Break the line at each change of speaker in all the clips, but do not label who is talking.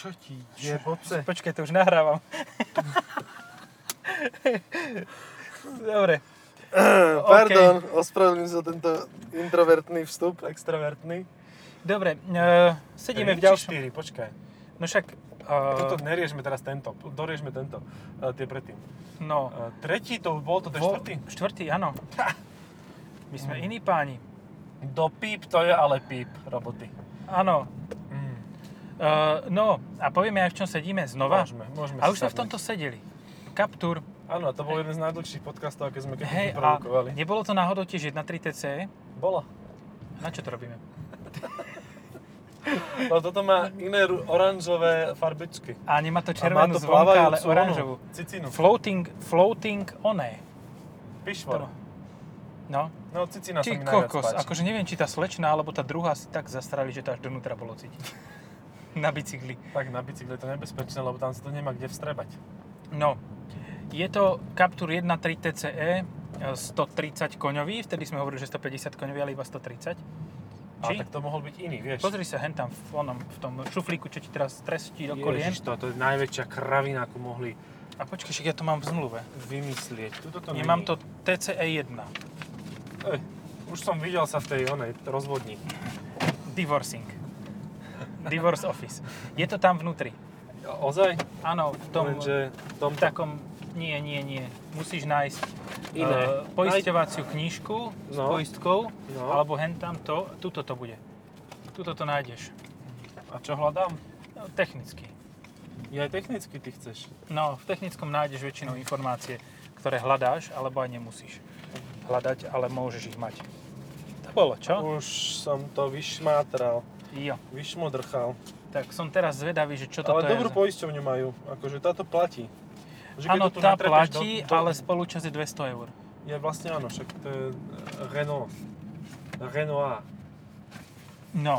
Čo ti jeboce?
Počkaj, to už nahrávam. Dobre,
Pardon, ospravedlňujem sa tento introvertný vstup, extrovertný.
dobre, e, sedíme v ďalšom...
4, počkaj.
No však, e,
Toto neriešme teraz tento, doriešme tento, uh, tie predtým.
no,
Uh, tretí to bol, to je
vo-
štvrtý.
štvrtý, áno. My sme iní páni.
Do píp to je ale píp roboty.
Áno.
Mm.
E, no, a povieme aj v čom sedíme
No,
znova.
Môžeme, môžeme
A
si
už sme v
sadnúť.
tomto sedeli. Kaptúr.
Áno, to bol jeden z najdlhších podcastov, aké sme kedy
Hej, a
produkovali.
nebolo to náhodou tiež 1.3 TC?
Bolo.
Na čo to robíme?
Ale No, toto má iné ru- oranžové farbičky.
A nemá to
a má
červenú
to
zvonka, ale
plávajúcu
oranžovú.
onu, Cicinu.
Floating, floating oné.
Pišvor.
No,
No, cicina sa
Ty
mi najviac
kokos,
páči.
akože neviem, či tá slečná, alebo tá druhá si tak zastrali, že to až donútra bolo cítiť. Na bicykli.
Tak na bicykle je to nebezpečné, lebo tam sa to nemá kde vstrebať.
No, je to Captur 1.3 TCE, e, 130 koňový, vtedy sme hovorili, že 150 koňový, ale iba 130.
A
Či?
tak to mohol byť iný, vieš.
Pozri sa hen tam v, onom, v tom šuflíku, čo ti teraz trestí do kolien.
Ježiš, to, to je najväčšia kravina, akú mohli
A počkaj, však ja to mám v zmluve.
vymyslieť. Tuto to
Nemám
není.
to E TCE 1.
Ej, už som videl sa v tej onej rozvodni.
Divorcing. Divorce office. Je to tam vnútri.
Ozaj?
Áno, v tom...
Lenže v tom
v takom... Nie, nie, nie. Musíš nájsť
Iné.
eh, poisťovaciu knižku s
No.
poistkou,
No.
alebo hen tam to, tuto to bude. Tuto to nájdeš.
A čo hľadám?
No, technicky.
Ja aj technicky ty chceš.
No, v technickom nájdeš väčšinou informácie, ktoré hľadáš, alebo aj nemusíš hľadať, ale môžeš ich mať. To bolo, čo?
Už som to vyšmátral,
Jo.
vyšmodrchal.
Tak som teraz zvedavý, že čo toto
Ale dobrú
je.
poisťovňu majú, akože táto platí. Že keď
Áno,
to tu
tá
natrepeš
platí,
do, do,
ale spolúčasť je 200 eur.
Je vlastne áno, však to je e, Renault. Renault.
No.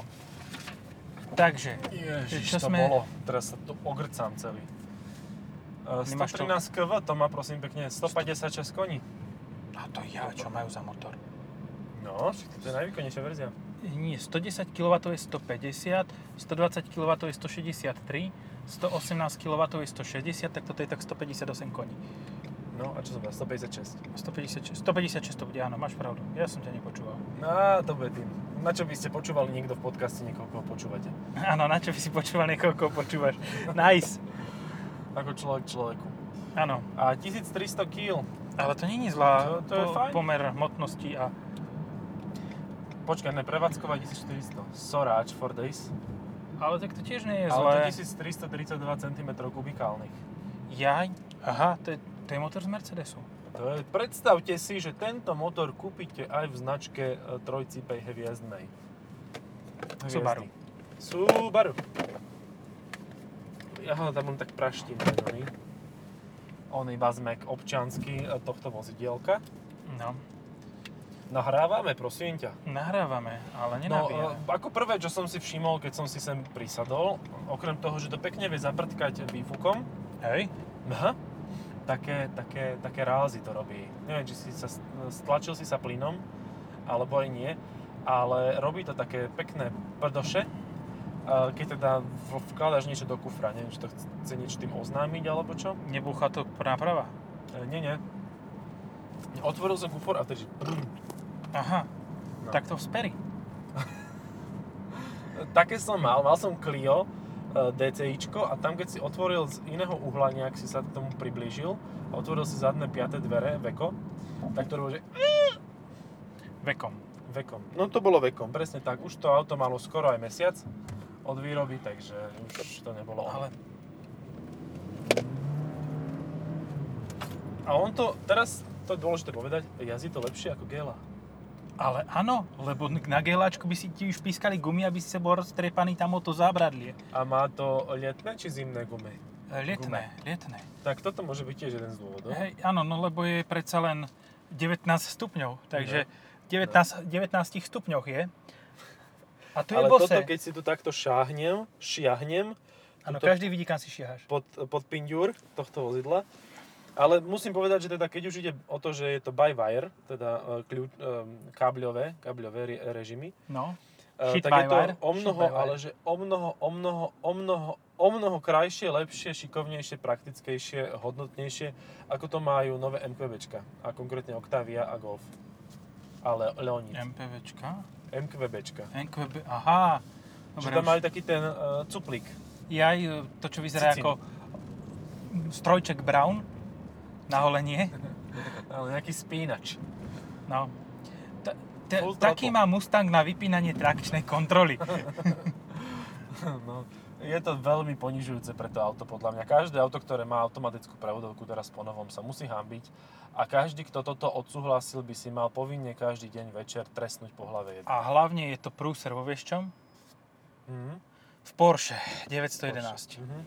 Takže,
Ježiš,
Čo
to
sme-
bolo. Teraz sa tu ogrcam celý. E,
Nemáš to?
113 kV, to má prosím pekne 156 koní.
a to ja, čo majú za motor?
No, však to je najvýkonnejšia verzia.
Nie, 110 kW je 150, 120 kW je 163, 118 kW je 160, tak toto je tak 158 koní.
No, a čo som dal? 156.
156, 156 to bude, áno, máš pravdu. Ja som ťa nepočúval.
No, a to bude tým. Na čo by ste počúvali niekto v podcaste, niekoho koho počúvate?
Áno, na čo by si počúval niekoho, koho počúvaš? Nice.
Ako človek človeku.
Áno,
A 1300 kg.
ale to není
To-
zlá
to je fajn.
pomer hmotnosti a...
Počkaj, ne, prevádzková 1400. Soráč for days.
Ale tak to tiež nie je
Ale
zlé.
to 1332 cm kubikálnych.
Jaj, aha, to je, to je motor z Mercedesu.
To je, predstavte si, že tento motor kúpite aj v značke e, trojcipej hviezdnej. Hviezdy.
Subaru.
Subaru. Ja ho tam len tak praštím, ten oný. Oný bazmek občanský e, tohto vozidielka.
No,
Nahrávame, prosím ťa.
nahrávame, ale
No, e,
nenabíjame.
ako prvé, čo som si všimol, keď som si sem prisadol, okrem toho, že to pekne vie zaprtkať výfukom,
Hej?
Aha. Také, také, také rázy to robí. Neviem, či si sa, stlačil si sa plynom, alebo aj nie, ale robí to také pekné prdoše, a keď teda v- vkladaš niečo do kufra, neviem, či to chc- chce niečo tým oznámiť, alebo čo.
Nebúcha to náprava.
E, nie, nie. Otvoril som kufor a vtedy... že brrr.
Aha,
No.
tak to vspery.
Také som mal, mal som Clio e, DCIčko a tam keď si otvoril z iného uhla nejak si sa k tomu priblížil a otvoril si zadné piaté dvere, veko, tak to bolo, že
Vekom.
Vekom. No to bolo vekom, presne tak. Už to auto malo skoro aj mesiac od výroby, takže už to nebolo ono.
Ale
A on to, teraz to je dôležité povedať, jazdí to lepšie ako Gela.
Ale áno, lebo na geláčku by si ti už pískali gumy, aby si sa bol roztrepaný tam o to zábradlie.
A má to letné či zimné gumy?
E, Lietné, lietné.
Tak toto môže byť tiež jeden z dôvodov.
Hej, áno, no lebo je predsa len 19 stupňov, takže
No.
19, 19 stupňoch je. A tu je
Ale
bose.
toto, keď si tu takto šáhnem, šiahnem
Áno,
toto-
každý vidí, kam si šiahaš.
pod, pod pinďúr tohto vozidla, ale musím povedať, že teda keď už ide o to, že je to by wire, teda e, kľú, e, kábľové, kábľové re- režimy,
No,
E, Eh,
Shit
tak
by
je to
wire,
o
shit
mnoho,
by wire.
ale že o mnoho, o mnoho, o mnoho, o mnoho krajšie, lepšie, šikovnejšie, praktickejšie, hodnotnejšie, ako to majú nové MQBčka. A konkrétne Octavia a Golf. Ale Leonid.
MPVčka?
MQBčka.
NQB, aha.
Že
Dobre,
tam
už-
majú taký ten uh, cuplík.
Jaj, to čo vyzerá
Cicín.
ako strojček brown na holenie.
Ale nejaký spínač.
No. Ta, ta,
Full
taký
throttle.
má Mustang na vypínanie trakčnej kontroly.
No, je to veľmi ponižujúce pre to auto, podľa mňa. Každé auto, ktoré má automatickú prevodovku teraz po novom, sa musí hambiť a každý, kto toto odsúhlasil, by si mal povinne každý deň večer trestnúť po hlave jedno.
A hlavne je to prúser vo vieš čom?
Mhm.
V Porsche 911.
Mhm.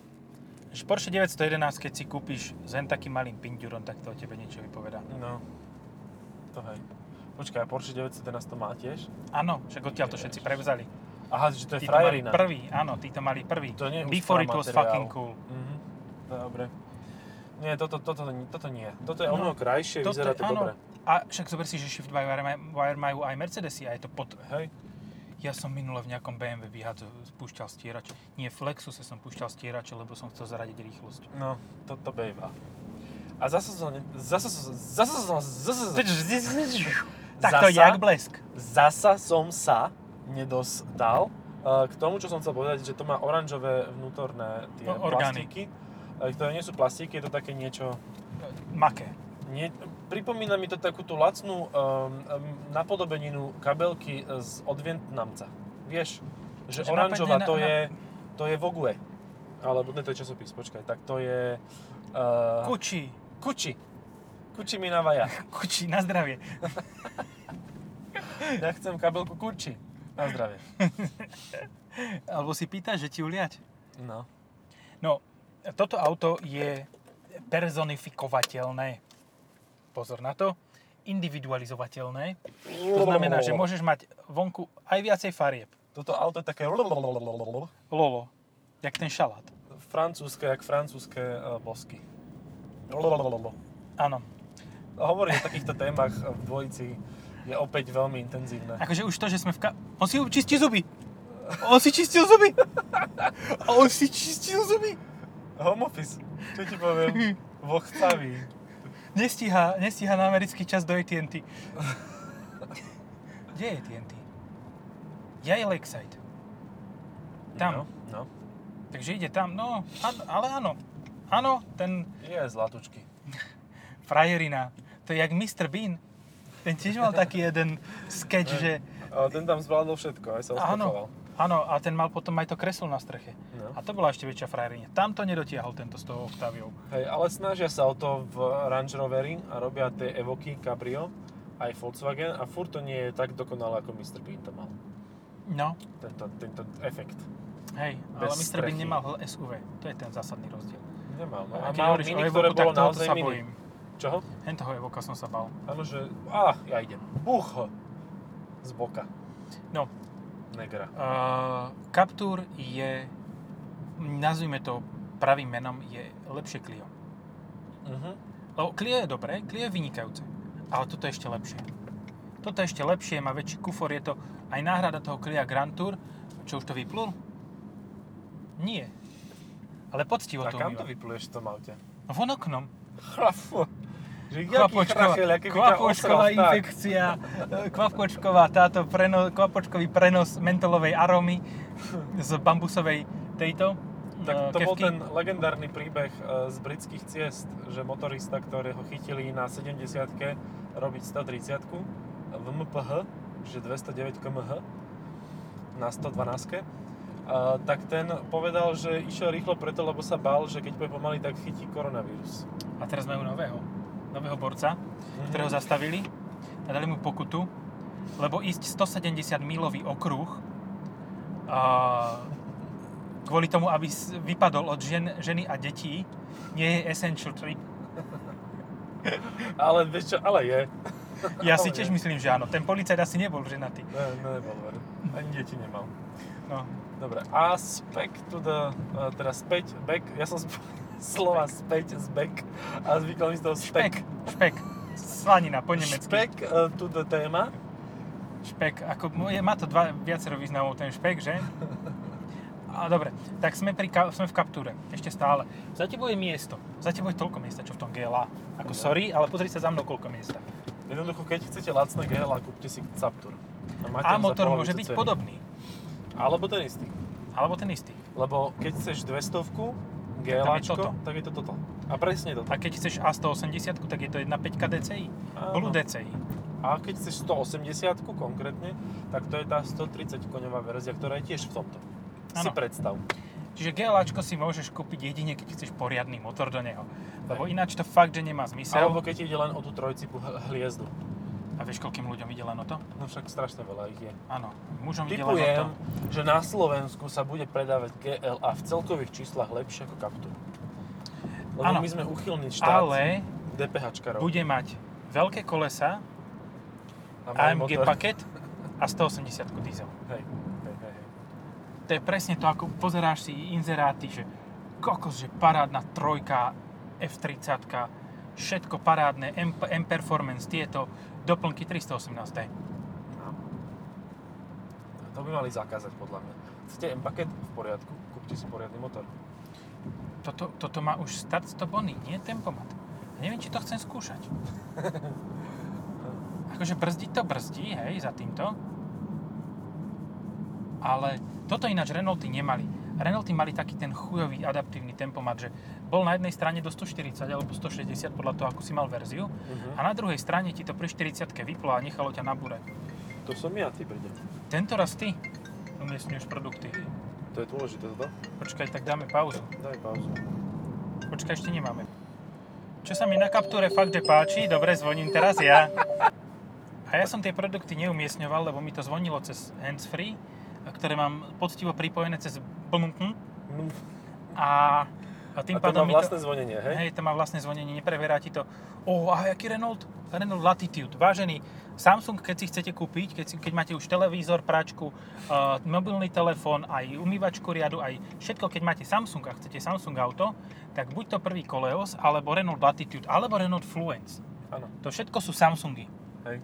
Že Porsche 911, keď si kúpiš s len takým malým pindurom, tak to o tebe niečo vypovedá.
No, to hej. Počkaj, a Porsche 911 to má tiež?
Áno, však odtiaľ to všetci prevzali.
Aha, že to je
Tí to mali
frajerina.
prvý, áno, tí to mali prvý.
To nie je
Before it
ultra
was
materiál.
fucking cool.
Mhm. Dobre. Nie, toto, toto, toto nie. Toto je o
No,
mnoho krajšie,
toto
vyzerá
je-
to
áno.
dobre.
A však zober si, že Shift by Wire maj- Wire majú aj Mercedesy a je to pod...
Hej.
Ja som minule v nejakom BMW vyhádzo, spúšťal stierač. Nie, v Lexuse som púšťal stierače, lebo som chcel zaradiť rýchlosť.
No, toto bejva. A zase som, zase som, zase som, zase som,
Tak to je
Zasa?
jak blesk.
zasa som sa nedostal eh, k tomu, čo som chcel povedať, že to má oranžové vnútorné tie
No, orgány.
plastiky, eh, ktoré nie sú plastiky, je to také niečo,
Maké.
nie, pripomína mi to takú tú lacnú um, um, napodobeninu kabelky z od Vietnamca. Vieš, že
Že
oranžová
napadne na-
to
na-
je, to je Vogue. Alebo, ne, to je časopis, počkaj, tak to je... eh,
Kučí.
Kuči. Kuči mi navaja.
Kučí, na zdravie.
Ja chcem kabelku Kuči. Na zdravie.
Alebo si pýtaš, že ti uliať.
No.
No, toto auto je personifikovateľné. Pozor na to. Individualizovateľné. To znamená, že môžeš mať vonku aj viacej farieb.
Toto auto je také
Lolo. Jak ten šalát.
francúzske, jak francúzske eh, bosky.
Áno.
Hovorí o takýchto témach v dvojici je opäť veľmi intenzívne.
Akože už to, že sme v ka... On si čistí zuby. On si čistil zuby. On si čistil zuby.
Home office, čo ti poviem, vo chcaví.
Nestíha, nestíha na americký čas do AT&T. Kde je AT&T? Ja je Lakeside.
No,
Tam.
no.
Takže ide tam, no, áno, ale áno. Áno, ten
Je zlatučky.
frajerina. To je jak Mr. Bean. Ten tiež mal taký jeden sketch, že...
Ale ten tam zvládol všetko, aj sa
Áno,
uspokoval.
áno, a ten mal potom aj to kreslo na streche.
No.
A to bola ešte väčšia frajerina. Tam to nedotiahol tento s tou Octaviou.
Hej, ale snažia sa o to v Range Rovery a robia tie Evoky, Cabrio, aj Volkswagen a furt to nie je tak dokonalé, ako Mr. Bean to mal.
No,
Tento, tento efekt.
hej,
Bez
ale Mr. Bean
strechy.
nemal SUV. To je ten zásadný rozdiel.
Nemal, no. A
A keď
mal
hovoríš o
mini,
Evoku,
ktoré
tak
bolo
tohoto
naozaj
sa
mini.
bojím.
Čoho?
Hen toho Evoka som sa Eh, bal.
Áno, že... Á, ja idem. Buch! ho. Z boka.
No,
Negra.
uh, Captur je, nazvime to pravým menom, je lepšie Clio.
Mhm.
Lebo Clio je dobré, Clio je vynikajúce, ale toto je ešte lepšie. Toto je ešte lepšie, má väčší kufor, je to aj náhrada toho Clio Grand Tour. Čo, už to vyplul? Nie. Ale poctivo
A
to
kam to
umýva.
vypluješ v tom aute?
No von oknom.
Chlafu. Že jaký
Kvapočková,
krachel, aký by ťa
kvapočková
osral, tak.
infekcia, e, kvapočková táto preno, kvapočkový prenos mentolovej arómy z bambusovej tejto e,
Tak to bol
kevky.
ten legendárny príbeh e, z britských ciest, že motorista, ktorého chytili na 70 robiť 130 v MPH, čiže 209 kmh na 112 a, tak ten povedal, že išiel rýchlo preto, lebo sa bál, že keď pôjde pomaly, tak chytí koronavírus.
A teraz majú nového, nového borca,
Mhm.
ktorého zastavili a dali mu pokutu, lebo ísť 170 milový okruh a kvôli tomu, aby s- vypadol od žen, ženy a detí, nie je essential trip.
Ale vieš čo, ale je.
Ja si
Ale
tiež
nie.
myslím, že áno. Ten policajt asi nebol ženatý.
Ne, ne, nebol ver. Ani deti nemal.
No.
Dobre, a späť to the, uh, teda späť, back, ja som sp- slova späť z back a zvykol mi z toho
Špek.
spek.
Špek. Slanina po nemecky.
Špek uh, to the e, téma.
Špek, ako, mo- je- má to dva, viacero významov ten špek, že? A dobre, tak sme, pri, ka- sme v kaptúre, ešte stále. Za tebou je miesto. Za tebou je toľko miesta, čo v tom GLA. Ako
No.
sorry, ale pozri sa za mnou, koľko miesta.
Jednoducho, keď chcete lacné GLA, kúpte si Captur. máte ho za
A motor
polovicu
môže byť
ceny.
podobný.
Alebo ten istý.
Alebo ten istý.
Lebo keď chceš 200
je toto.
GLAčko, tak je to toto. A presne toto.
A keď chceš A180, tak je to 1.5 DCI.
Áno.
Blue DCI.
A keď chceš 180 konkrétne, tak to je tá 130 koňová verzia, ktorá je tiež v tomto. Si
Áno.
predstav.
Čiže GLAčko si môžeš kúpiť jedine, keď chceš poriadny motor do neho. Lebo ináč to fakt, že nemá zmysel.
Alebo keď ide len o tú trojcipu h- hliezdu.
A vieš, koľkým ľuďom ide len o to?
No však strašne veľa ich je.
Áno, mužom ide len o to.
Typujem, že na Slovensku sa bude predávať GLA v celkových číslach lepšie ako Captur. Lebo
Áno.
my sme uchylný štát ale...
Ale
DPHčkarov.
bude mať veľké kolesa,
A malý
AMG
motor.
paket a 180 diesel.
Hej, hej, hej. hej.
To je presne to, ako pozeráš si inzeráty, že kokos, že parádna trojka, F30, všetko parádne, M, M Performance, tieto doplnky 318.
No. To by mali zakázať podľa mňa. Chcete M-paket? V poriadku. Kúpte si poriadny motor.
Toto, toto má už start stop oný, nie tempomat. A neviem, či to chcem skúšať. akože brzdiť to brzdí, hej, za týmto. Ale toto ináč Renaulty nemali. Renaulty mali taký ten chujový adaptívny tempomat, že bol na jednej strane do 140 alebo 160 podľa toho, ako si mal verziu
Uh-huh.
a na druhej strane ti to pri 40 vyplo a nechalo ťa na bure.
To som ja, ty príde.
Tento raz ty umiestňuješ produkty.
To je dôležité, toto?
Počkaj, tak dáme pauzu.
Daj pauzu.
Počkaj, ešte nemáme. Čo sa mi na kaptúre fakt, že páči, dobre, zvoním teraz ja. A ja som tie produkty neumiestňoval, lebo mi to zvonilo cez handsfree, ktoré mám poctivo pripojené cez blnutn a, a tým
a to
pádom
má
mi
vlastné
to...
zvonenie, hej?
Hej, to má vlastné zvonenie, nepreverá ti to. O, a jaký Renault? Renault Latitude. Vážený, Samsung, keď si chcete kúpiť, keď, si, keď máte už televízor, práčku, uh, mobilný telefón, aj umývačku riadu, aj všetko, keď máte Samsung a chcete Samsung auto, tak buď to prvý Koleos, alebo Renault Latitude, alebo Renault Fluence.
Áno,
To všetko sú Samsungy,
hej.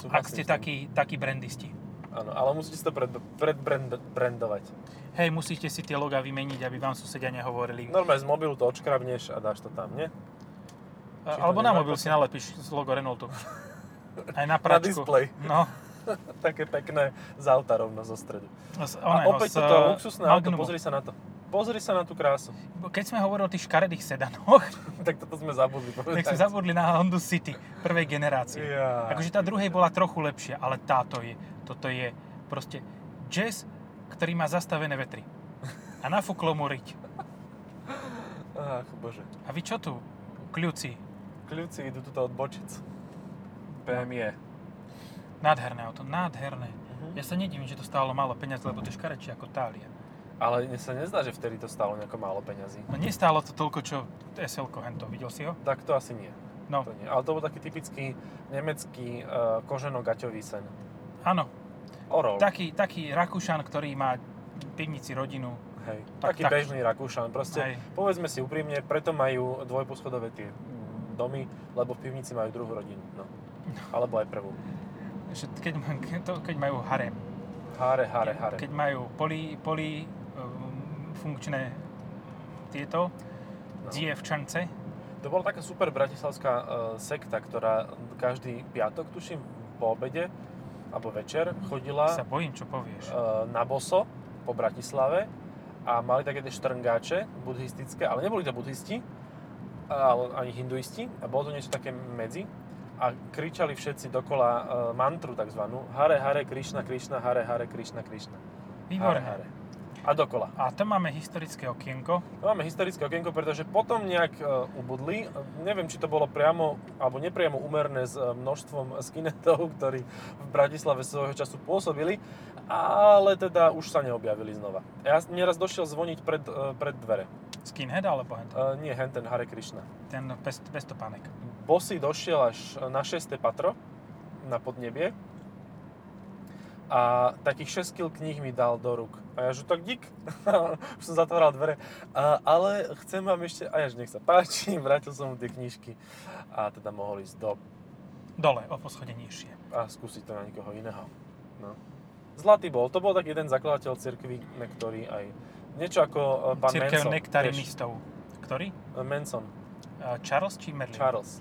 Súhlasím
ak
s
ste
tým.
takí, takí brandisti.
Áno, ale musíte si to pred, predbrand, brandovať.
Hej, musíte si tie logá vymeniť, aby vám susedia nehovorili. Eh,
Normálne z mobilu to odškrabneš a dáš to tam, nie? Či
A-
to
Alebo na
nemá
mobil si nalepíš z logo Renaultu. Aj
Na
na pračku.
displej.
No,
Také pekné z auta rovno zo stredu.
z
A
oného,
opäť
z,
toto
eh,
luxusné auto,
Magnumu.
pozri sa na to. Pozri sa na tú krásu.
Keď sme hovorili o tých škaredých sedanoch,
tak toto sme zabudli
tak
povedať.
sme zabudli na Honda City prvej generácie.
Ja.
Akože tá druhej bola trochu lepšia, ale táto je, toto je proste jazz, ktorý má zastavené vetry. A nafúklo mu riť.
Ach, bože.
A vy čo tu, kľúci?
Kľúci idú tuto od bočic. PME.
Nádherné auto, nádherné.
Mhm.
Ja sa nedivím, že to stálo málo peniazy, lebo to je škarečie ako Tália.
Ale mne sa nezdá, že vtedy to stalo nejako málo peňazí.
No nestálo to toľko, čo SL-ko hento, videl si ho?
Tak to asi nie.
No,
To nie. Ale to bol taký typický nemecký uh, koženo-gaťový sen.
áno,
Orol.
taký, taký Rakúšan, ktorý má v pivnici rodinu.
Hej.
tak,
taký
tak.
bežný Rakúšan. Proste,
Hej.
povedzme si úprimne, preto majú dvojposchodové tie mm, domy, lebo v pivnici majú druhú rodinu. No. Alebo aj prvú.
Že keď, ma- keď, to, keď majú harem,
Hare, hare, hare.
keď majú poli, poli um, funkčné tieto
No.
dievčance,
To bola taká super bratislavská eh, sekta, ktorá každý piatok, tuším, po obede alebo večer chodila
sa bojím, čo
eh,
povieš.
na boso po Bratislave a mali také tie štrngáče buddhistické, ale neboli to buddhisti, ale ani hinduisti a bolo to niečo také medzi a kričali všetci dokola eh, mantru takzvanú Hare Hare Krishna Krishna Hare Hare Krishna Krishna Hare
Výborné.
Hare a dokola.
A to máme historické okienko.
Máme historické okienko, pretože potom nejak e, ubudli. Neviem, či to bolo priamo alebo nepriamo umerné s e, množstvom skinetov, ktorí v Bratislave svojho času pôsobili, ale teda už sa neobjavili znova. Ja s- nieraz došiel zvoniť pred, e, pred dvere.
Skinhead alebo hento?
E, Nie henten Hare Krishna.
Ten bez, bez topánek.
Bossy došiel až na 6. patro na podnebie a takých 6 kg kníh mi dal do rúk. A ja že tak dík, už som zatváral dvere. A, ale chcem vám ešte, a ja že nech sa páči, vrátil som mu tie knižky a teda mohol ísť do
Dole, o poschodie nižšie.
a skúsiť to na nikoho iného. No. Zlatý bol, to bol tak jeden zakladateľ cirkvi, ne, ktorý aj niečo ako e, pán
Církev
Manson. tiež.
nektarinistov. Ktorý?
E, Manson,
Eh, Charles či Merlin?
Charles.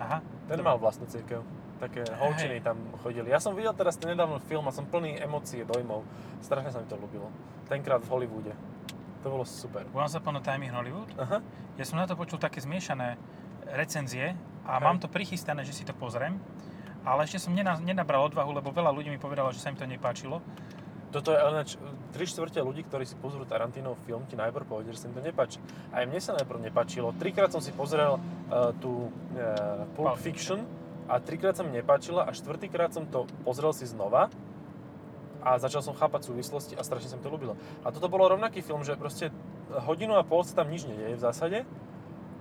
Aha.
Ten mal vlastnú církev. Také holčiny tam chodili. Ja som videl teraz ten nedávno film a som plný emócií, dojmov. Strašne sa mi to ľúbilo. Tenkrát v Hollywoode. To bolo super.
Once Upon a Time in Hollywood.
Aha.
Ja som na to počul také zmiešané recenzie
Hej.
a mám to prichystané, že si to pozriem. Ale ešte som nena- nenabral odvahu, lebo veľa ľudí mi povedalo, že sa im to nepáčilo.
Toto je ale ináč, 3 štvrte ľudí, ktorí si pozrú Tarantinov film, ti najprv povedia, že sa im to nepáči. Aj mne sa najprv nepáčilo. Trikrát som si pozrel uh, tú uh, Pulp
Pulp
Fiction a trikrát sa mi nepáčila a štvrtýkrát som to pozrel si znova a začal som chápať súvislosti a strašne sa mi to ľúbilo. A toto bolo rovnaký film, že proste hodinu a pol sa tam nič nedeje v zásade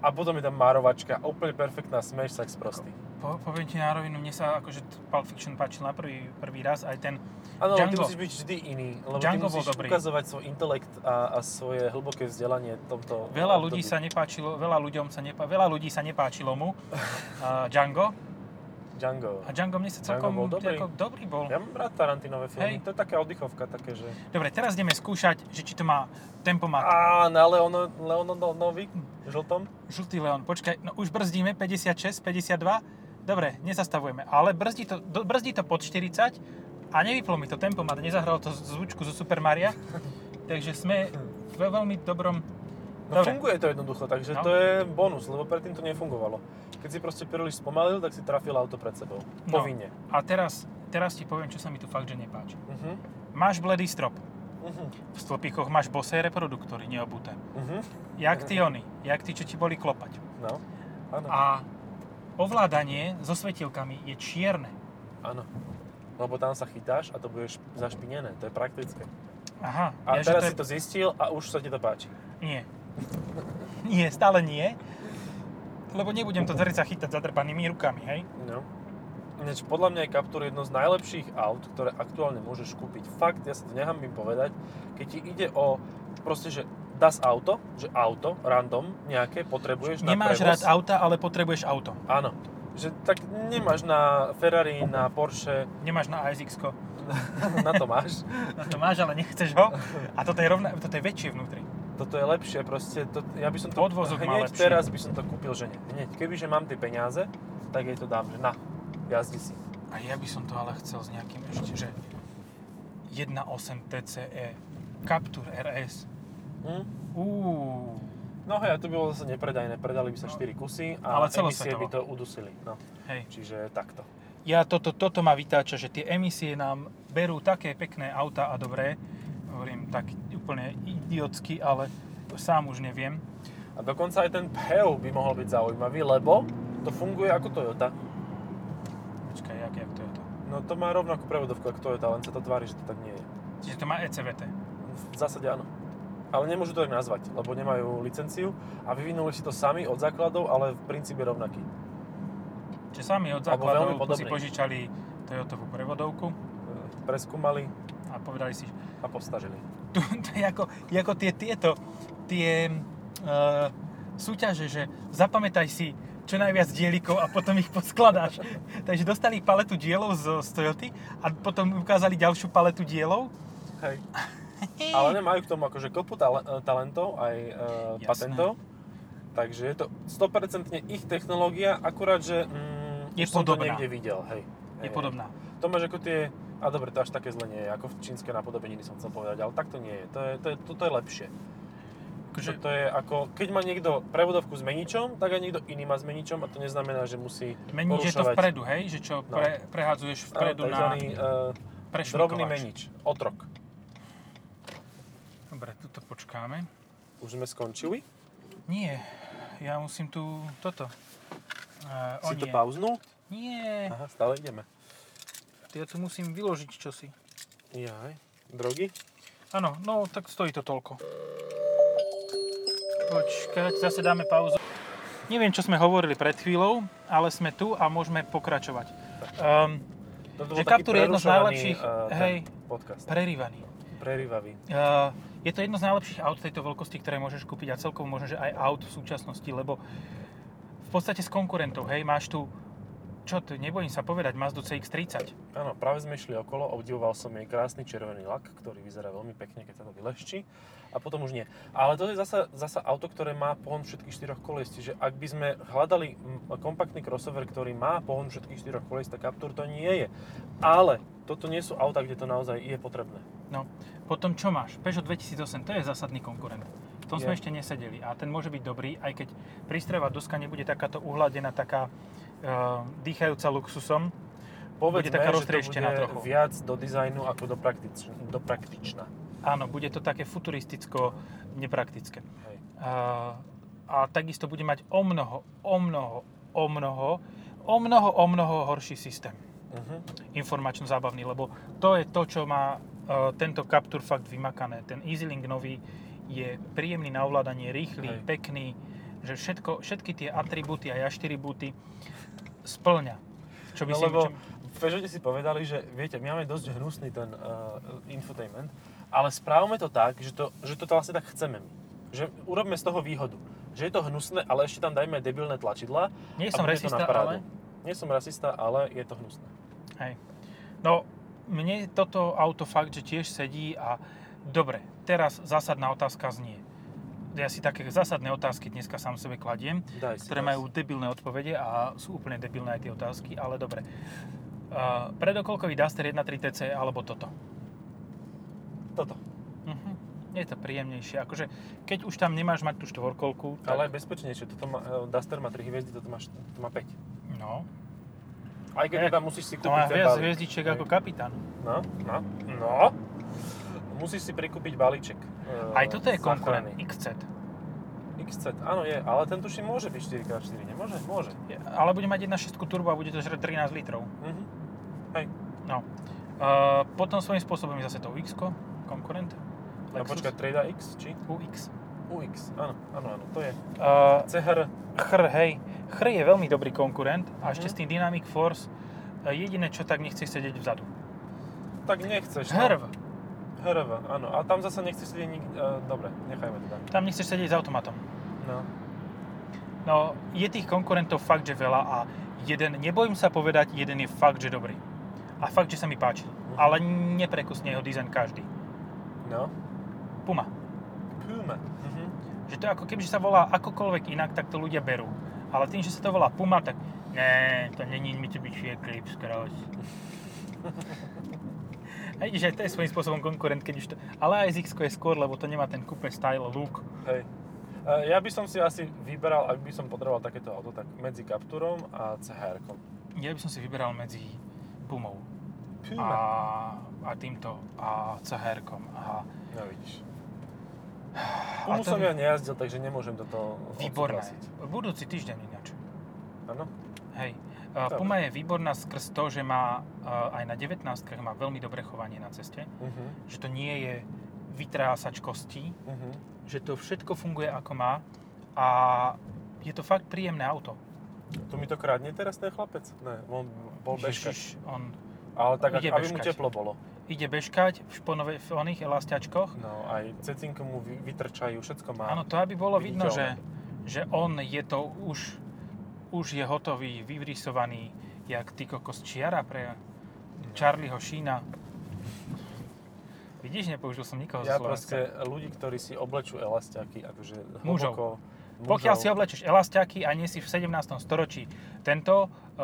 a potom je tam márovačka, úplne perfektná, smeš sa jak sprostý.
Po, poviem ti na rovinu, mne sa akože t- Pulp Fiction páčil na prvý, prvý raz, aj ten
Áno, ty
Django.
musíš byť vždy iný, lebo
Django
ty
bol
musíš
dobrý.
ukazovať svoj intelekt a, a svoje hlboké vzdelanie v tomto
Veľa
období.
ľudí sa nepáčilo, veľa ľuďom sa nepa- veľa ľudí sa nepáčilo mu uh, Django
Django.
a Django mne sa
Django
celkom
bol dobrý.
Ako, dobrý bol.
Ja mám rád Tarantinové filmy,
Hej.
to je taká oddychovka, také, že...
Dobre, teraz ideme skúšať, že či to má tempomat.
Á, na Leono, Leono Novik,
Hm.
žltom.
Žltý Leon, počkaj, no už brzdíme 56, 52. Dobre, nezastavujeme, ale brzdí to, do, brzdí to pod 40 a nevyplo mi to tempomat, nezahralo to zvučku zo Super Maria. Takže sme ve veľmi dobrom...
No
Dobre.
funguje to jednoducho, takže
No.
to je bonus, lebo predtým to nefungovalo. Keď si proste príliš spomalil, tak si trafil auto pred sebou.
No.
Povinne.
A teraz, teraz ti poviem, čo sa mi tu fakt, že nepáči.
Mhm,
Máš bledý strop.
mhm,
V stĺpikoch máš bosé reproduktory, neobuté.
mhm.
Jak ty oni, jak ty, čo ti boli klopať.
No, áno,
A ovládanie so svetilkami je čierne.
áno. Lebo tam sa chytáš a to budeš zašpinené, to je praktické.
Aha.
A
ja, že
teraz
to je-
si to zistil a už sa ti to páči.
Nie. Nie, stále nie. Lebo nebudem to zrca chytať zadrbanými rukami, hej?
No. Ináč, podľa mňa je Captur jedno z najlepších aut, ktoré aktuálne môžeš kúpiť. Fakt, ja sa to nehambím povedať, keď ti ide o proste, že das auto, že auto, random, nejaké, potrebuješ
Nemáš
na
rád
prevoz.
auta, ale potrebuješ auto.
Áno. Že tak nemáš na Ferrari, na Porsche,
Nemáš na ASX, -ko.
na to máš.
no to máš, ale nechceš ho. A toto je, rovna, toto je väčšie vnútri.
Toto je lepšie, proste, to, ja by som to
Podvozok má
hneď
lepší.
teraz by som to kúpil žene. Hneď, kebyže mám tie peniaze, tak jej to dám, že na, jazdi si.
A ja by som to ale chcel s nejakým ešte, že 1.8 TCE, E. Captur RS.
Hm?
Uuu.
No hej, a to by bolo zase nepredajné, predali by sa 4 kusy a
Ale
emisie
celosvetovo.
by to udusili. No.
Hej.
Čiže takto.
ja toto, toto ma vytáča, že tie emisie nám berú také pekné auta a dobré, hovorím tak úplne idiotsky, ale sám už neviem.
A dokonca aj ten PHEV by mohol byť zaujímavý, lebo to funguje ako Toyota.
Počkaj, jak, jak to je to?
No to má rovnakú prevodovku ako Toyota, len sa to tvári, že to tak nie je.
Čiže to má E ECVT.
V zásade áno. Ale nemôžu to tak nazvať, lebo nemajú licenciu a vyvinuli si to sami od základov, ale v princípe rovnaký.
Čiže sami od
Alebo veľmi
základov si
podobný.
požičali Toyotovú prevodovku
E, Preskúmali
a povedali si, že
a postažili.
to, to je ako, je ako tie, tieto, tie uh, súťaže, že zapamätaj si čo najviac dielikov a potom ich poskladáš. Takže dostali paletu dielov z, z Toyoty a potom ukázali ďalšiu paletu dielov
Hej. Ale nemajú k tomu akože kopu tale- e, talentov, aj e,
Jasné.
patentov. Takže je to 100% ich technológia, akurát, že mm,
Je
už som to
podobná.
niekde videl. Hej.
je
Hej,
podobná.
hej. To máš ako tie, a dobre, to až také zle nie je, ako v čínske napodobeniny som chcel povedať, ale tak to nie je. To je, to je, to, to je lepšie. Že...
Akože
To je ako, keď má niekto prevodovku s meničom, tak aj niekto iný má s meničom a to neznamená, že musí
mení, že to
porušovať.
vpredu, hej? Že čo
No.
pre, prehádzuješ vpredu
Áno,
na
takzvaný, e, drobný
prešmikovač.
menič, otrok.
Dobre, tuto počkáme.
Už sme skončili?
Nie, ja musím tu toto. Uh,
si to pauznul?
Nie,
Aha, stále ideme.
ja tu musím vyložiť čosi.
Jaj, drogy?
Áno, no tak stojí to toľko. Počkať, zase dáme pauzu. Neviem, čo sme hovorili pred chvíľou, ale sme tu a môžeme pokračovať. Um,
Toto
Že
bol taký
Captur je jedno z
prerušovaný,
najlepších,
eh, ten
hej.
podcast.
prerývaný.
Prerývavý.
Uh, je to jedno z najlepších aut tejto veľkosti, ktoré môžeš kúpiť a celkovo možno, že aj aut v súčasnosti, lebo v podstate z konkurentov, hej, máš tu čo, to nebojím sa povedať, Mazdu CX-30.
Áno, práve sme išli okolo a obdivoval som jej krásny červený lak, ktorý vyzerá veľmi pekne, keď sa to vyleščí. A potom už nie. Ale to je zasa, zasa auto, ktoré má pohon všetkých štyroch kolies. Čiže ak by sme hľadali mm, kompaktný crossover, ktorý má pohon všetkých štyroch kolies, tak Captur to nie je. Ale toto nie sú auta, kde to naozaj je potrebné.
No, potom čo máš? Peugeot 2008, to je zásadný konkurent. V tom
Je.
sme ešte nesedeli a ten môže byť dobrý, aj keď prístrevá doska nebude takáto uhladená, taká e, dýchajúca luxusom.
Povedzme, že
taká
to
roztrieštená
bude
trochu.
viac do dizajnu ako do, praktič, do praktična.
Áno, bude to také futuristicko-nepraktické.
Hej.
E, a takisto bude mať o mnoho, o mnoho, o mnoho, o mnoho, o mnoho horší systém Mhm.
Uh-huh.
informačno-zábavný, lebo to je to, čo má e, tento Captur fakt vymakané. Ten EasyLink nový je príjemný na ovládanie, rýchly,
Hej.
pekný, že všetko, všetky tie atribúty aj aštribúty splňa. Čo by
No
si...
lebo
čo-
v Peugeote si povedali, že viete, my máme dosť hnusný ten uh, infotainment, ale správame to tak, že to, že to vlastne tak chceme my. Že urobme z toho výhodu. Že je to hnusné, ale ešte tam dajme debilné tlačidla. a
Nie som
bude to na
rasista,
parádu.
ale...
Nie som rasista, ale je to hnusné.
Hej. No, mne toto auto fakt, že tiež sedí a dobre, teraz zásadná otázka znie. Ja si také zásadné otázky dneska sám sebe kladiem.
Daj si
ktoré
daj
majú
si.
debilné odpovede a sú úplne debilné aj tie otázky, ale dobre. Uh, predokolkový Duster 1.3 TC alebo toto.
toto.
Uh-huh. Je to príjemnejšie. Akože, keď už tam nemáš mať tú štvorkolku, tak...
Ale aj bezpečnejšie. Toto má, eh, Duster má 3 hviezdy, toto má, št- toto má 5.
No,
Aj keď
Hej,
teda musíš si
Eh, to
kúpiť
má
ten
viac
balík.
hviezdičiek
Hej.
ako kapitán.
No, no, no. Musíš si prikúpiť balíček. eh,
Aj toto je konkurent
záchranný.
XZ.
XZ, áno je, ale ten tuším môže byť 4x4, nemôže? Môže.
Je- Ale bude mať 1.6 turbo a bude to žrať 13 litrov.
Mhm.
No. Uh, potom svojím spôsobom je zase to UX, konkurent.
No počkaj, Trada X, či?
UX.
UX, áno, áno, áno, to je.
Uh,
CHR,
Chr, hej. Chr je veľmi dobrý konkurent a ešte
Mhm.
s tým Dynamic Force e, jediné, čo tak nechceš sedieť vzadu.
tak nechceš. no.
Hrv,
HRV, áno, a tam zase nechceš sedieť nikde, uh, dobre, nechajme to tam.
tam nechceš sedieť s automatom.
No.
No, je tých konkurentov fakt, že veľa a jeden, nebojím sa povedať, jeden je fakt, že dobrý. A fakt, že sa mi páčil.
Mhm.
Ale neprekusne jeho dizajn každý.
No.
Puma.
Puma. Mhm.
Že to je ako keby že sa volá akokoľvek inak, tak to ľudia berú. Ale tým, že sa to volá Puma, tak ne, to není Mitsubishi Eclipse Cross. A vidíš, aj to je svojím spôsobom konkurent, keď už to... Ale aj z je skôr, lebo to nemá ten coupe style look.
Hej. Eh, Ja by som si asi vyberal, ak by som potreboval takéto auto, tak medzi Capturom a CHR-kom.
Ja by som si vyberal medzi Pumou a,
Puma.
a týmto a chr A
No vidíš.
A
Pumu
to
som
je-
ja nejazdil, takže nemôžem toto
výborné.
odsúhlasiť.
Budúci týždeň ináč.
Áno?
Hej. Uh,
Dobre.
Puma je výborná skrz to, že má uh, aj na 19 má veľmi dobré chovanie na ceste.
Mhm.
že to nie je vytrásač kostí,
Mhm.
že to všetko funguje ako má a je to fakt príjemné auto.
Tu mi to krádne teraz ten chlapec? Ne, on bol bežkať.
Ježiš, on
Ale tak,
Ide
ak- aby mu
bežkať.
teplo bolo.
ide bežkať v šponovej, v oných elastiačkoch.
No, aj cecinku mu vy- vytrčajú, všetko má.
Áno, to aby bolo vidno, že,
viditeľné.
že on je to už, už je hotový, vyvrysovaný, jak ty kokos čiara pre
No.
Charlieho Šína. Vidíš, nepoužil som nikoho
Ja
zo Slovenska.
proste ľudí, ktorí si oblečú elastiaky, akože
Mužov.
hlboko... Mužov.
Pokiaľ si oblečeš elastiaky a nie si v 17. storočí tento eh,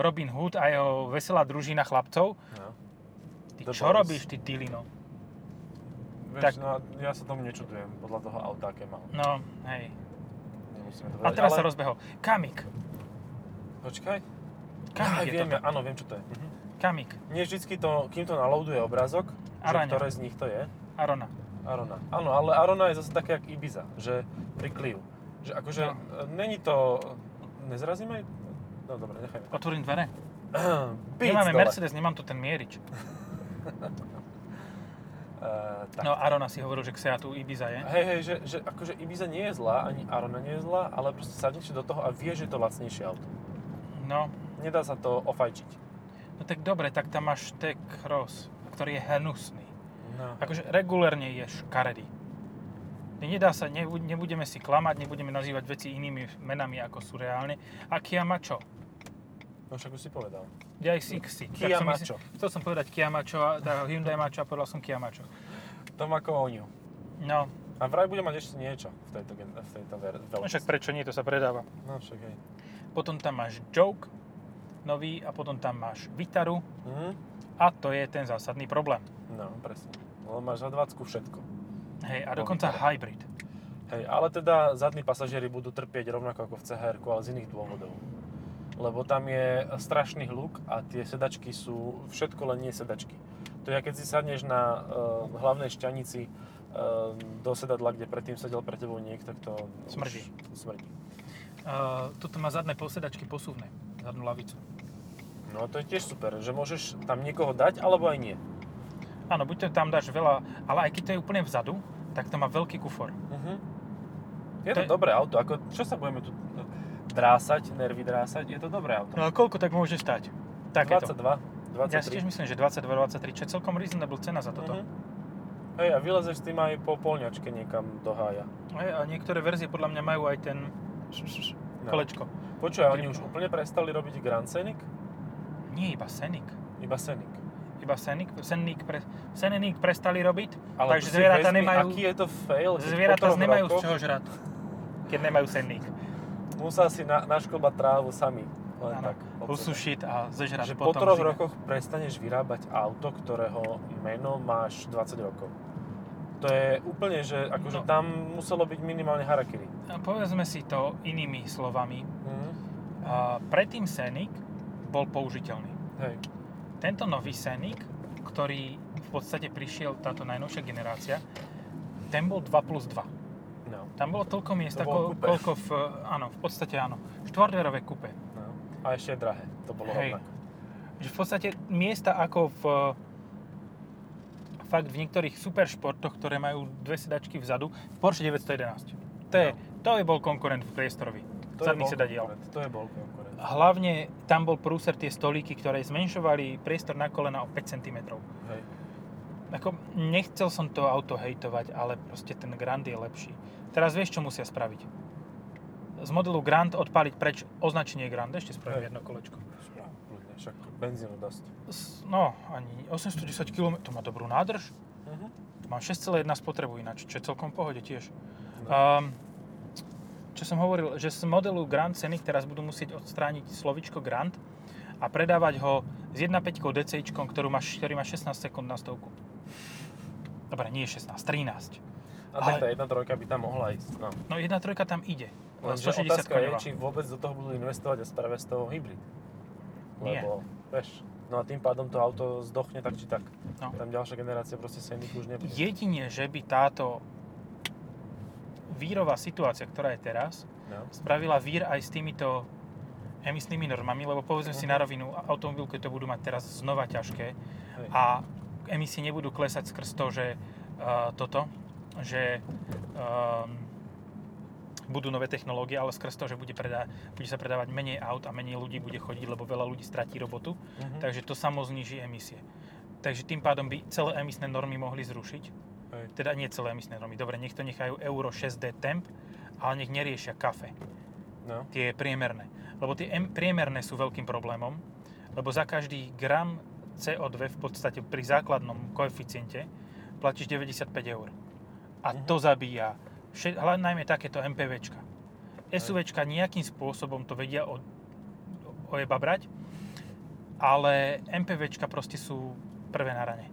Robin Hood a jeho veselá družina chlapcov,
No.
ty
The
čo
Boys.
robíš, ty Dilino?
Vieš,
Tak-
no, ja sa tomu nečudujem, podľa toho auta, aké mal.
No, hej.
Nemusíme to
A
vedieť,
teraz
ale...
sa rozbehol. Kamik.
Počkaj. Aj
Kamik je
viem,
to.
ja, áno, viem, čo to je. Mhm.
Kamik.
Nie vždycky to, kým to naloaduje obrázok,
Araňa.
že ktoré z nich to je.
Arona.
Arona. Áno, ale Arona je zase také jak Ibiza, že pri Clio. Že akože,
No.
e, není to... Nezrazíme? No dobre, nechajme.
Otvorím dvere.
Píc
Nemáme
dole.
Mercedes, nemám tu ten mierič.
E, tak.
No, Arona si hovoril, že k Seatu Ibiza je.
Hej, hej, že, že akože Ibiza nie je zlá, ani Arona nie je zlá, ale proste sadneš si do toho a vieš, že je to lacnejšie auto.
No,
Nedá sa to ofajčiť.
no tak dobre, tak tam máš Tech Cross, ktorý je hnusný.
No.
akože regulérne je škaredý. Nedá sa, nebu- nebudeme si klamať, nebudeme nazývať veci inými menami, ako sú reálne. A Kia má čo?
No však už si povedal.
Ja ich si, si.
Kia
som
Macho.
Myslel, chcel som povedať Kia Macho, a- tá Hyundai Macho a povedal som Kia Macho.
Tom ako oni.
No,
A vraj bude mať ešte niečo v tejto, gen- v tejto ver-
no
veľkosti.
však prečo nie, to sa predáva.
No však hej.
Potom tam máš Joke, nový, a potom tam máš Vitaru,
Mhm.
a to je ten zásadný problém.
No, presne. Lebo máš za 20 všetko.
Hej, a
Vo
dokonca
Vitare.
Hybrid.
Hej, ale teda zadní pasažieri budú trpieť rovnako ako v chr ale z iných dôvodov. Lebo tam je strašný hluk a tie sedačky sú všetko len nie sedačky. To je, keď si sadneš na uh, hlavnej šťanici uh, do sedadla, kde predtým sedel pre tebou niekto, kto... už
Smrdí.
Smrdí.
Uh, toto má zadné posedačky posuvné, zadnú lavicu.
No to je tiež super, že môžeš tam niekoho dať, alebo aj nie.
Áno, buď to tam dáš veľa, ale aj keď to je úplne vzadu, tak to má veľký kufor.
Mhm. Je to,
To je-
dobré auto, ako čo sa budeme tu drásať, nervy drásať, je to dobré auto.
No a koľko tak môže stať? Takéto.
22,
Ja si tiež
23.
myslím, že 22, 23, čo je celkom reasonable cena za toto.
Mhm. Hej, a vylezeš s tým aj po polňačke niekam do hája.
Hej, a niektoré verzie podľa mňa majú aj ten
No.
kolečko.
Počuj, a oni už úplne prestali robiť Grand Scenic?
Nie, iba Scenic.
Iba Scenic.
Iba Scenic, Scenic, pre, Scenic prestali robiť,
Ale
takže
tu si
zvieratá
vezmi,
nemajú,
Aký je to fail? keď po
zvieratá
troch
nemajú z
rokoch
čoho žrať, keď nemajú Scenic.
Musel si na, našklbať trávu sami. Len
Áno,
tak. od seba.
Usušiť a zežrať
Že po
potom.
troch
zime.
rokoch prestaneš vyrábať auto, ktorého meno máš 20 rokov. To je úplne, že akože
No.
tam muselo byť minimálne harakiri.
A Povedzme si to inými slovami.
Mhm.
A predtým Scenic bol použiteľný.
Hej.
Tento nový Scenic, ktorý v podstate prišiel, táto najnovšia generácia, ten bol 2 plus 2.
No.
Tam bolo toľko
To
miest,
bolo
ako,
kupé.
koľko v... Áno, v podstate áno. Štvordverové kupe.
no. A ešte je drahé. To bolo
Hej.
rovnako.
Že v podstate miesta ako v... Fakt v niektorých superšportoch, ktoré majú dve sedačky vzadu, v Porsche 911. To je, to je bol konkurent v priestorovi.
No. To je
Zadný
bol
sedadiel.
konkurent, To je bol konkurent.
Hlavne tam bol prúser tie stolíky, ktoré zmenšovali priestor na kolena o 5 cm.
Hej.
Ako, nechcel som to auto hejtovať, ale proste ten Grand je lepší. Teraz vieš, čo musia spraviť. Z modelu Grand odpáliť preč označenie Grand, ešte
Hej.
spravím jedno kolečko.
Ľudia, však benzínu dosť.
S- No, ani 810 km, to má dobrú nádrž.
Mhm.
Mám 6,1 spotrebu ináč, čo je celkom v pohode tiež.
No.
Um, čo som hovoril, že z modelu Grand Scenic teraz budú musieť odstrániť slovičko Grand a predávať ho s 1.5 DC, ktorú má, ktorý má 16 sekúnd na stovku. Dobre, nie 16, 13.
A tak
Ale-
tá jedna trojka by tam mohla ísť. No.
No 1.3 tam ide. Len
Lenže
160
otázka je,
koňová.
či vôbec do toho budú investovať a spravia z toho hybrid.
Nie.
Lebo, vieš, no a tým pádom to auto zdochne tak či tak.
No.
Tam ďalšia generácia proste Scenic už nebude.
Jedine, že by táto vírová situácia, ktorá je teraz,
No.
spravila vír aj s týmito emisnými normami, lebo povedzme si
Mhm.
na rovinu, automobilky to budú mať teraz znova ťažké
Hej.
a emisie nebudú klesať skrz to, že uh, toto, že um, budú nové technológie, ale skrz to, že bude, predá, bude sa predávať menej aut a menej ľudí bude chodiť, lebo veľa ľudí stratí robotu,
Mhm.
Hm. takže to samo zniží emisie. Takže tým pádom by celé emisné normy mohli zrušiť,
Hej.
teda nie celé emisné normy, dobre, nech to nechajú Euro 6D temp, ale nech neriešia kafe
No.
tie priemerné. Lebo tie M priemerné sú veľkým problémom, lebo za každý gram CO2 v podstate pri základnom koeficiente platíš 95 eur. A
Mhm.
to zabíja vše- hla- najmä takéto MPVčka. SUVčka nejakým spôsobom to vedia o, ojeba brať, ale MPVčka proste sú prvé na rane.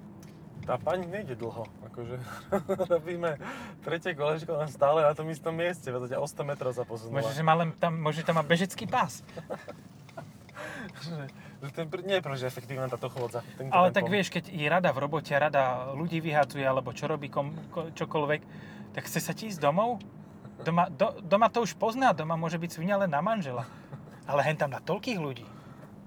Tá pani nejde dlho, akože robíme tretie kolečko len stále na tom istom mieste, vedľa ťa o 100 metrov sa posunula.
Možno, že má len tam, možno, že tam má bežecký pás.
Že, že ten, pr- nie je príliš efektívna táto chôdza. týmto
Ale
tempom.
tak vieš, keď je rada v robote, rada ľudí vyhádzuje, alebo čo robí kom, ko, čokoľvek, tak chce sa ti ísť domov? Doma, do, doma to už pozná, doma môže byť svinia len na manžela. Ale hen tam na toľkých ľudí.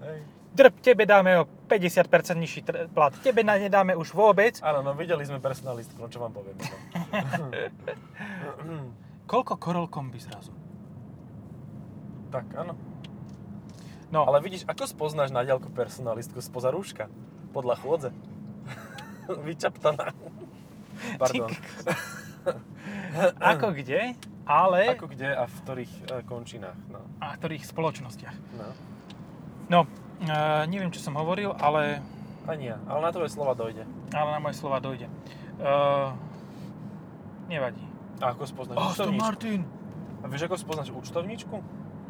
Hej.
Drb, tebe dáme o 50% nižší tr- plat. Tebe na nedáme už vôbec.
Áno, no videli sme personalistku, no čo vám poviem. o tom.
Koľko Korol kombi zrazu?
tak, áno.
No,
Ale vidíš, ako spoznáš na diaľku personalistku spoza rúška? Podľa chôdze. Vyčaptaná. Pardon.
Ty ako kde, ale
Ako kde a v ktorých e, končinách, no.
a v ktorých spoločnostiach.
no.
No, e, neviem, čo som hovoril, ale,
A nie, ale na tvoje slova dojde.
ale na moje slova dojde. E, nevadí.
A ako spoznáš
Aston
účtovníčku?
Martin!
A vieš, ako spoznáš účtovníčku?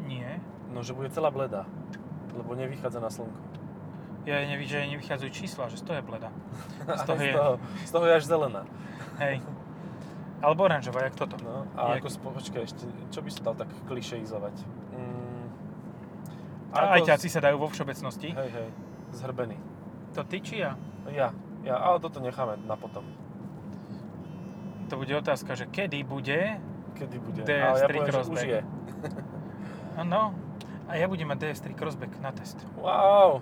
Nie.
No, že bude celá bledá, lebo nevychádza na slnko.
Ja nevím, že nevychádzajú čísla, že z toho je bleda.
Aj
toho je.
z, toho, z toho je až zelená.
Hej. Alebo oranžová, jak toto.
No, a
Jak-
ako, spo- počkaj, ešte, čo by sa dal tak klišeizovať? Mm,
A aj
ako-
ťaci sa dajú vo všeobecnosti.
Hej, hej, zhrbený.
To ty či ja?
Ja, ja, ale toto necháme na potom.
To bude otázka, že kedy bude...
Kedy bude.
To je
ale ja
street
poviem, že už
crossback.
je.
Áno. No, A ja budem mať DS3 Crossback na test.
Wow!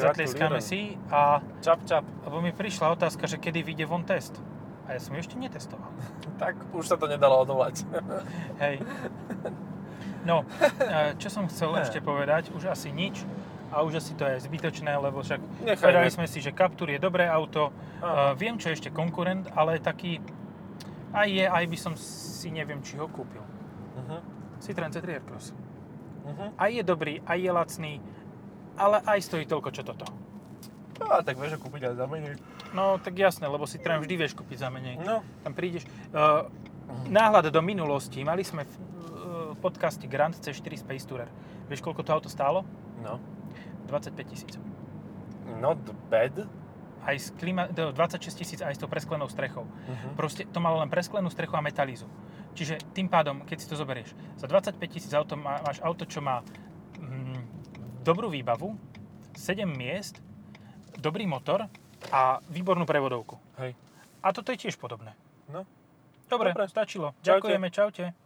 Zatlieskáme
Gratulujem.
si a...
Čap, čap.
Lebo mi prišla otázka, že kedy vyjde von test. A ja som ju ešte netestoval.
Tak už sa to nedalo odvolať.
Hej. No, e, čo som chcel
Ne.
ešte povedať, už asi nič. A už asi to je zbytočné, lebo však
Nechajme.
povedali sme si, že Captur je dobré auto.
Áno.
E, Viem, čo je ešte konkurent, ale taký aj je, aj by som si neviem, či ho kúpil.
Uh-huh.
Citroen C3 Aircross.
Uh-huh.
Aj je dobrý, aj je lacný, ale aj stojí toľko, čo toto.
A tak vieš, že kúpiť aj za menej.
No, tak jasné, lebo Citroen vždy vieš kúpiť za menej.
No,
Tam prídeš. Uh, náhľad do minulosti. Mali sme v uh, podcaste Grand C4 Space Tourer. Vieš, koľko to auto stálo?
no.
25 tisíc.
Not bad.
Aj s klima, do- 26 tisíc aj s tou presklenou strechou.
Uh-huh.
Proste to malo len presklenú strechu a metalízu. Čiže tým pádom, keď si to zoberieš, za 25 tisíc auto má- máš auto, čo má mm, dobrú výbavu, 7 miest, dobrý motor a výbornú prevodovku.
Hej.
A toto je tiež podobné.
No.
Dobre,
Dobre.
stačilo.
Čaute.
Ďakujeme, čaute.